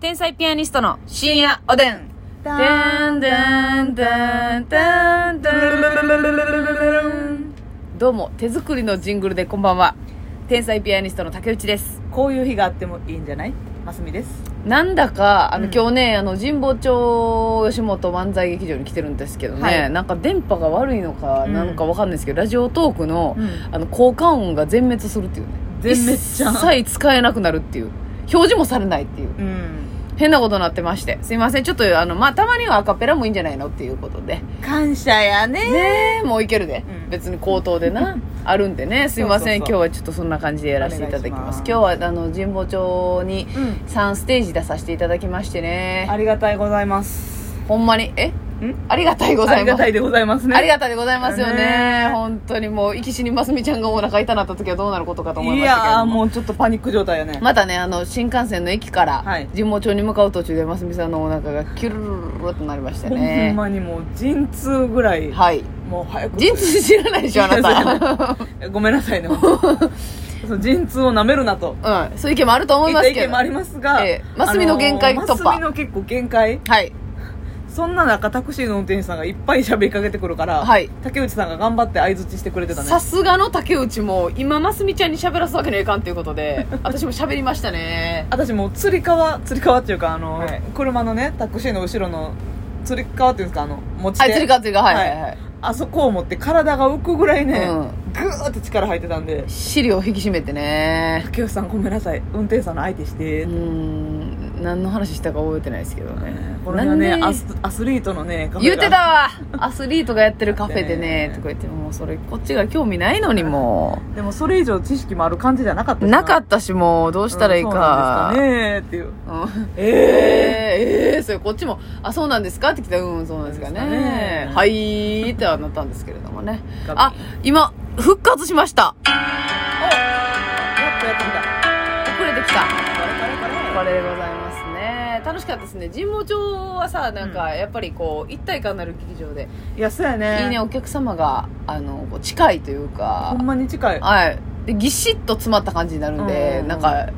天才ピアニストの深夜おでん。でんでんでんでんでんどうも、手作りのジングルでこんばんは。天才ピアニストの竹内です。こういう日があってもいいんじゃないますみですなんだか、あの、うん今日ね、あの、神保町吉本漫才劇場に来てるんですけどね、はいなんか電波が悪いのか、うんなんかわかんないですけど、ラジオトークの、うんあの、効果音が全滅するっていうね。全滅じゃん一切使えなくなるっていう。表示もされないっていう。うん変なことになってまして。すいません。ちょっと、あの、まあ、たまにはアカペラもいいんじゃないのっていうことで。感謝やねねえ、もういけるで。うん別に口頭で な。あるんでね。すいませんそうそうそう今日はちょっとそんな感じでやらせていただきます。お願いします今日は、あの、神保町にうん3ステージ出させていただきましてね。ありがたいございますほんまに、えんありがたいござあいりがます。たいでございますねありがたいでございますよねね。本当にもう、生き死にますみちゃんがお腹痛なった時はどうなることかと思いいましたけれやーども。もうちょっとパニック状態やねまたね、あの、新幹線の駅からはい、神保町に向かう途中で、ますみさんのお腹がキュルルルルとなりましてほねん。まにもう陣痛ぐらいはい。もう早く陣痛知らないでしょ、あな ごめんなさいねそう陣痛をなめるなとた。うん。そういう意見もあると思います言っけた意ど見も。ありますがええマスミの限界突破あのーマスミの結構限界はい。そんな中タクシーの運転手さんがいっぱい喋りかけてくるからはい竹内さんが頑張って相づちしてくれてたねさすがの竹内も、今、ますみちゃんに喋らすわけにはいかんということ で、私も喋りましたね。私もうつり革つり革っていうかあの、はい車のねタクシーの後ろのつり革っていうんですかあの持ち手はい、釣りか釣りか、はいはいはい。あそこを持って体が浮くぐらいね、うぐんグーって力入ってたんで資料引き締めてね竹内さんごめんなさい運転手さんの相手しうて、ーん何の話したか覚えてないですけどねこれがねなんでアスアスリートのねカフェ言がうてたわアスリートがやってるカフェでねねとか言ってもうそれこっちが興味ないのにもでもそれ以上知識もある感じじゃなかったうなかたったしもうどうしたらいいか、そうなんですかねっていううんえええー、えー、それこっちも「あそうなんですか?」って来たら「うんそうなんですかねそうですかねはい」ってはなったんですけれどもねあ今復活しましたやっとやってきた遅れてきたバレバレバレこれでございますね楽しかったですね神保町はさなんかやっぱりこう一体感のある劇場で、いやそうやねいいねお客様があのこう近いというかほんまに近いはいでぎしっと詰まった感じになるんで、うんなんか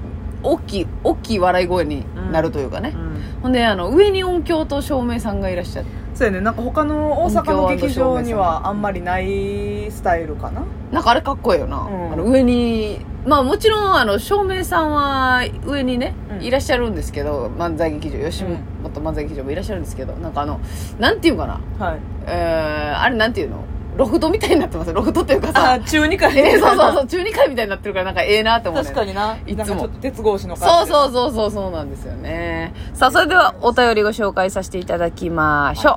大きい大きい笑い声になるというかねう、んほんであの上に音響と照明さんがいらっしゃってそうやねなんか他の大阪の劇場にはあんまりないスタイルかななんかあれかっこいいよな、うんあの上にまあもちろんあの照明さんは上にね、うんいらっしゃるんですけど漫才劇場吉本漫才劇場もいらっしゃるんですけどなんかあのなんていうかなはいえーあれなんていうのロフトみたいになってますロフトっていうかさあ、中2回えーそうそうそう中2回みたいになってるからなんかええなって思う、ね、 確かになつもいなんかちょっと鉄格子のそ感うじそうそうそうそうなんですよねさあそれではお便りご紹介させていただきましょ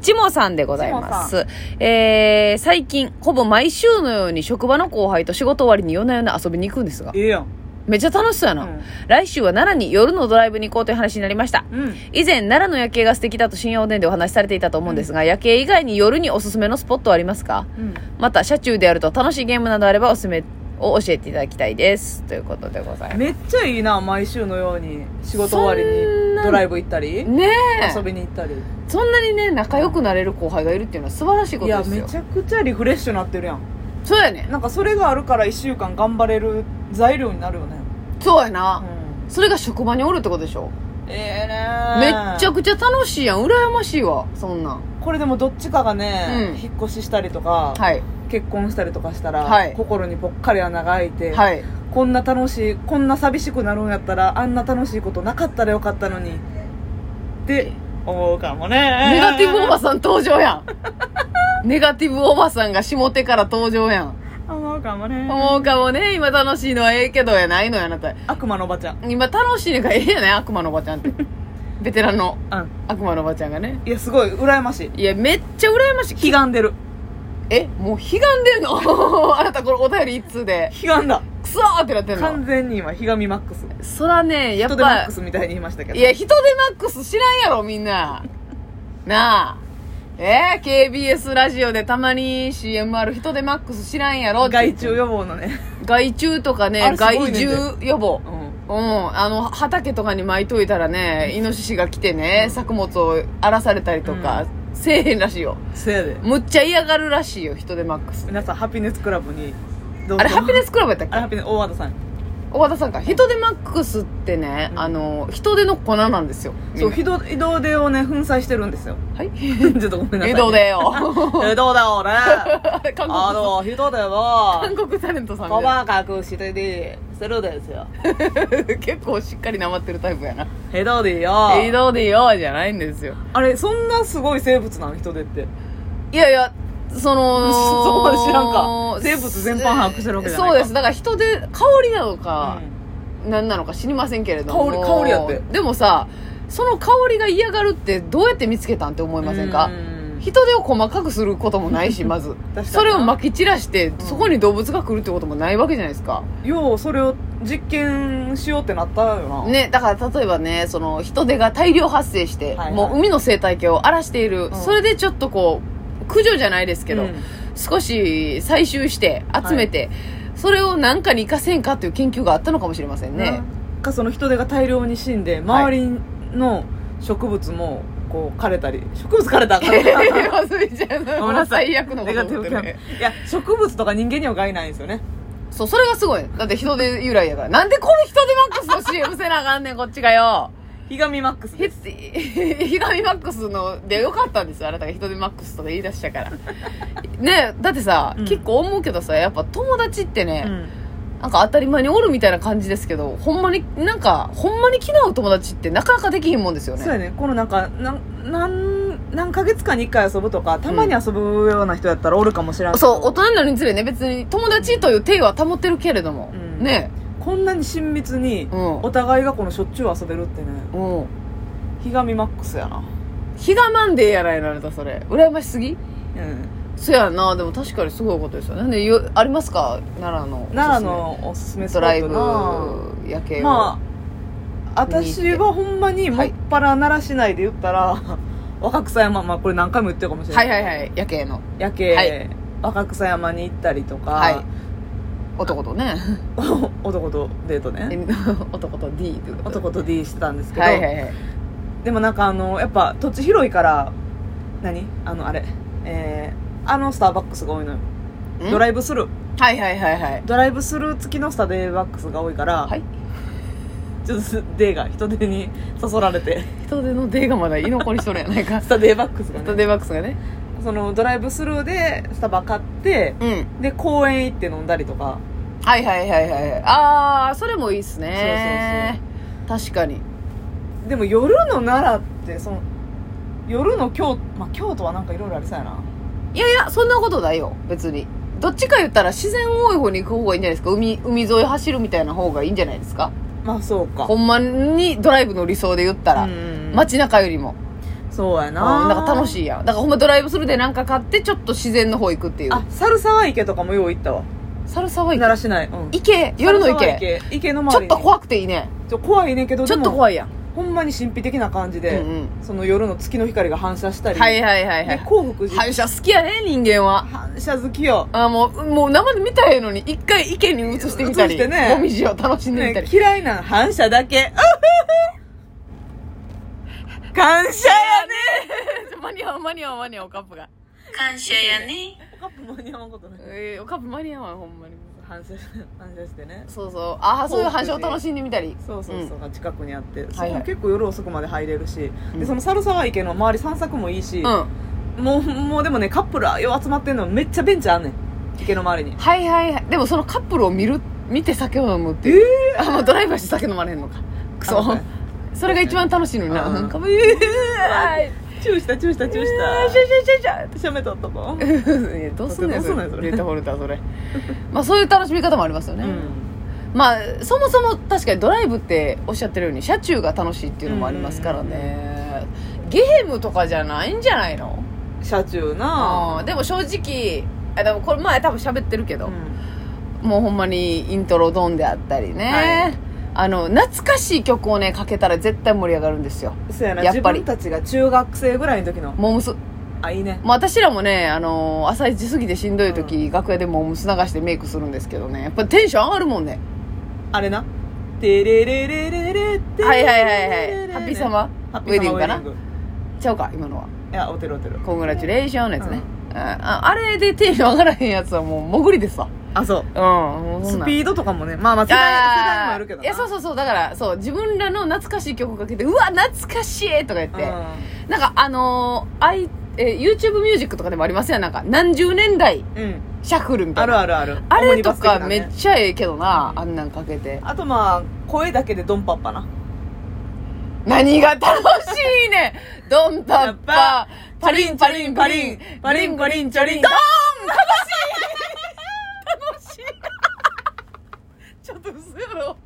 うちもさんでございます。えー、最近、ほぼ毎週のように職場の後輩と仕事終わりに夜な夜な遊びに行くんですがう、ええやんめっちゃ楽しそうやな。来週は奈良に夜のドライブに行こうという話になりました。うんうん以前、奈良の夜景が素敵だと深夜おでんでお話しされていたと思うんですが、夜景以外に夜におすすめのスポットはありますかうんまた車中でやると楽しいゲームなどあればおすすめを教えていただきたいですということでございますめっちゃいいな毎週のように仕事終わりそんなにドライブ行ったりね遊えびに行ったりそんなにね仲良くなれる後輩がいるっていうのは素晴らしいこいとやですめよちゃくちゃリフレッシュなってるやんそうやねなんかそれがあるから1週間頑張れる材料になるよねそうやうな、んそれが職場におるってことでしょ、ええねめっちゃゃくちゃ楽しいやん羨ましいわそんなんこれでもどっちかがねうん引っ越ししたりとかはい結婚したりとかしたら、はい心にぽっかり穴が開いて、はいこんな楽しいこんな寂しくなるんやったらあんな楽しいことなかったらよかったのにって思うかもねネガティブおばささん登場やんネガティブおばさんが下手から登場やんん思うかもね思うかもね今楽しいのはええけどやないのやあなた悪魔のおばちゃん今楽しいのがええやない悪魔のおばちゃんって ベテランのうん悪魔のおばちゃんがねいやすごい羨ましいいやめっちゃ羨ましい悲願でるえもう悲願でんの あなたこれお便り一通で悲願だクソーってなってんの完全に今悲願みマックスそらねや人っでマッぱクスみたいに言いましたけどいや人でマックス知らんやろみん ななあえー、KBS ラジオでたまに CM ある人でマックス知らんやろって言害って虫予防のね、害虫とかあねれすご害いねんて獣予防うん、うん、あの畑とかに巻いといたらねイノシシが来てね作物を荒らされたりとか、せえへんらしいよせやでむっちゃ嫌がるらしいよ人でマックス皆さんハピネスクラブにどうぞあれハピネスクラブやったっあれけハピネス大和田さん小和田さんか人手マックスってね、うんあの人手の粉なんですよそうみんひど移動でをね粉砕してるん ですよなはいちょっとごめんなさい江戸でよ 移動だ よね韓国あの人でを韓国タレントさんみた細かくしてにするんですよいな 結構しっかりなまってるタイプやなヘドディよ江戸でよじゃないんですよあれそんなすごい生物なの人でっていやいやそ のそこまで知らんか生物全般把握してるわけじゃないかそうですだから人で香りなのか、何なのか知りませんけれども香り香りやってでもさその香りが嫌がるってどうやって見つけたんって思いませんかうん人手を細かくすることもないしま ずかになそれをまき散らして、そこに動物が来るってこともないわけじゃないですか、ようそれを実験しようってなったよな、ね、だから例えばねその人手が大量発生して、はいはいもう海の生態系を荒らしている、んそれでちょっとこう駆除じゃないですけど、うん少し採集して集めて、それを何かに生かせんかという研究があったのかもしれませんね、なんかその人手が大量に死んで周りの植物もこう枯れたり植物枯れたらあかんえー忘れちゃうの ごめんなさい最悪のことネガ思ティっブてキャンねいや植物とか人間には害ないんですよねそうそれがすごいだって人手由来やからなんでこれ人手マックスの CM せなあかんねんこっちがよひがみマックスひですひがみマックスのでよかったんですよあなたが人手マックスとか言い出した からねだってさ、うん結構思うけどさやっぱ友達ってね、うんなんか当たり前におるみたいな感じですけどほんまになんかほんまに気の合う友達ってなかなかできひんもんですよそうやねねこのなんかなんなん何ヶ月かに1回遊ぶとかたまに遊ぶような人やったらおるかもしれんけどそう大人になるにつれね別に友達という体は保ってるけれども、うんねこんなに親密にうんお互いがこのしょっちゅう遊べるってねうんひがみマックスやな日がマンデーやらやられたそれ羨ましすぎうんそやなでも確かにすごいことですよねでよありますか奈良の奈良のおすすめおすすめドスポラッイトブな夜景を、まあ見に行って私はほんまにもっぱら奈良市内で言ったら、若草山、まあ、これ何回も言ってるかもしれなはいいはいはい夜景の夜景、はい若草山に行ったりとか、はい男とね 男とデートね 男と D ということで男と D してたんですけど、はいはいはいでもなんかあのやっぱ土地広いから何あのあれえー、あのスターバックスが多いのよんドライブスルーはいはいはいはいドライブスルー付きのスターバックスが多いから、はいちょっとデーが人手に誘られて 人手の D がまだ居残りしとるやないかスタデーバックスが人ね手バックスがねそのドライブスルーでスタバ買ってうんで公園行って飲んだりとかはいはいはいはいはいああそれもいいっすね確かにでも夜の奈良ってその夜の京,、まあ、京都はなんかいろいろありそうやないやいやそんなことないよ別にどっちか言ったら自然多い方に行く方がいいんじゃないですか海海沿い走るみたいな方がいいんじゃないですかまあそうかほんまにドライブの理想で言ったら、うん街中よりもそうやななんか楽しいやんだからほんまドライブするでなんか買ってちょっと自然の方行くっていうあ猿沢池とかもよう行ったわ猿沢奈池良市内、うん、池夜の池猿沢池池のち周ょりっにと怖くていいねちょ怖いねんけどちょっとい怖いやんほんまに神秘的な感じうんで、うんその夜の月の光が反射したり、はいはいはいはでい興福寺反射好きやね人間は反射好きよ、あもうもう生で見たいのに一回池に移してみたり移してねもみじを楽しんでみたねり、、嫌いなん反射 だけあふふ感謝やね マニアマニアマニアおカップが感謝やね。カップ間に合わんことないえー、おカップ間に合わんほんまに反射反射してねそうそうああそういう反射を楽しんでみたりそうそうそう、近くにあってそはいはこい結構夜遅くまで入れるし、うんでその猿沢池の周り散策もいいし、うんはもうもうでもねカップルはよう集まってんのめっちゃベンチあんねん池の周りにいはいはいでもそのカップルを見る見て酒を飲むってえいう、えあもうドライバーして酒飲まれへんのかクソあそれが一番楽しいのになうんなんかうーいチューしたチューしたチューしたシャシャシャシャしゃべとったもん、いやどうすんねんどうすんねんそれデータフォルダそれまあそういう楽しみ方もありますよね、まあそもそも確かにドライブっておっしゃってるように車中が楽しいっていうのもありますからねゲームとかじゃないんじゃないの車中なうんでも正直あでもこれ前多分喋ってるけど、うんもうほんまにイントロドンであったりね、あの懐かしい曲をねかけたら絶対盛り上がるんですよそうやなやっ自ぱり分たちが中学生ぐらいの時のモームスあいいねまあ、私らもね、あのー朝一過ぎてしんどい時、楽屋でもう娘流してメイクするんですけどねやっぱテンション上がるもんねあれなテレレレレレテはいはいはいはいハッピーサマハッーピウェーディサンマグかなーウェディンちゃうか今のはいやおてるおてるコングラチュレーションのやつね、あああれでテンション上がらへんやつはもう潜りですわあそううんもうそスんなんピードとかもねまあまあ世代世代もあるけどいやそうそそうそうだからそう自分らの懐かしい曲かけて「うわ懐かしい!」とか言って、うなんかあのーあいえー YouTube ミュージックとかでもありますやんなんか何十年代ん、うん、シャッフルみたあいるなあるあるあオムれニバとス的なかねめっちゃええけどな、あんなんかけてあとまあ声だけでドンパッパな何が楽しいねんドンパッパパリンパリンパリンパリンパリンチョリンドーちょっと嘘やろ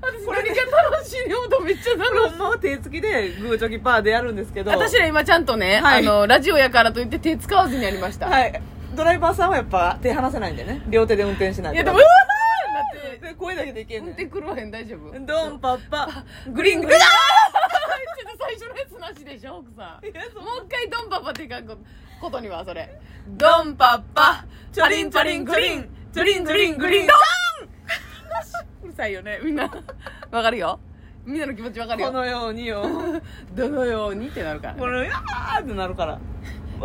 私これ何が楽しいねん音めっちゃ楽しいほんまは手つきでグーチョキパーでやるんですけど私ら今ちゃんとね、はいあのラジオやからといって手使わずにやりました、い、はいドライバーさんはやっぱ手離せないんでね両手で運転しないとやでもうわーってなってで声だけでいけん運ね転ん狂わへん大丈夫ドンパッパグリーング リーンちょっと最初のやつなしでしょ奥さんいやそんなもう一回ドンパッパって書くことにはそれドンパッパチョリンチョリングリーンチョリンチョリングリーンうるさいよねみんな わかるよみんなの気持ちわかるこよのようによどのようにってなるからこのやーってなるから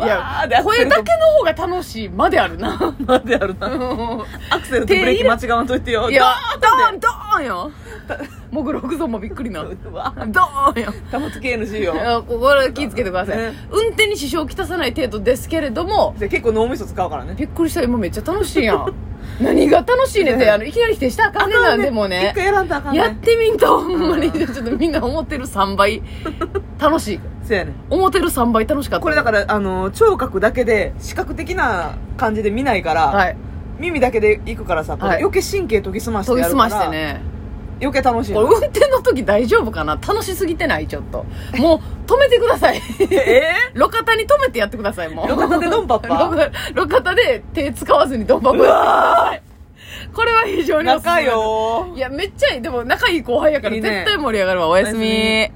いや声だけの方が楽しいまであるな まであるなアクセルとブレーキ間違わんといてよいやわドーンドーンよもぐろくぞもびっくりなドーーンよ保つ KNC よいやここら気ぃつけてください、ね運転に支障をきたさない程度ですけれどもで結構脳みそ使うからねびっくりした今めっちゃ楽しいや ん何が楽しいねんって、ねあのいきなり否定したらあかんねんなでもね一回やらんとあかんやっねてみんとほんまにうちょっとみんな思ってる3倍楽しいそうやね思ってる3倍楽しかったこれだかからあの聴覚だけで視覚的な感じで見ないから、はい耳だけで行くからさ、これはい余計神経研ぎ澄まして研ぎやる澄かまらしてね余計楽しいこれ運転の時大丈夫かな楽しすぎてないちょっともう止めてください え路肩に止めてやってください もう路肩でドンパッパ路路肩で手使わずにドンパッパうわこれは非常ーにおすすめ仲よいやめっちゃいいでも仲いい後輩やからいいね絶対盛り上がるわおやすみおやすみ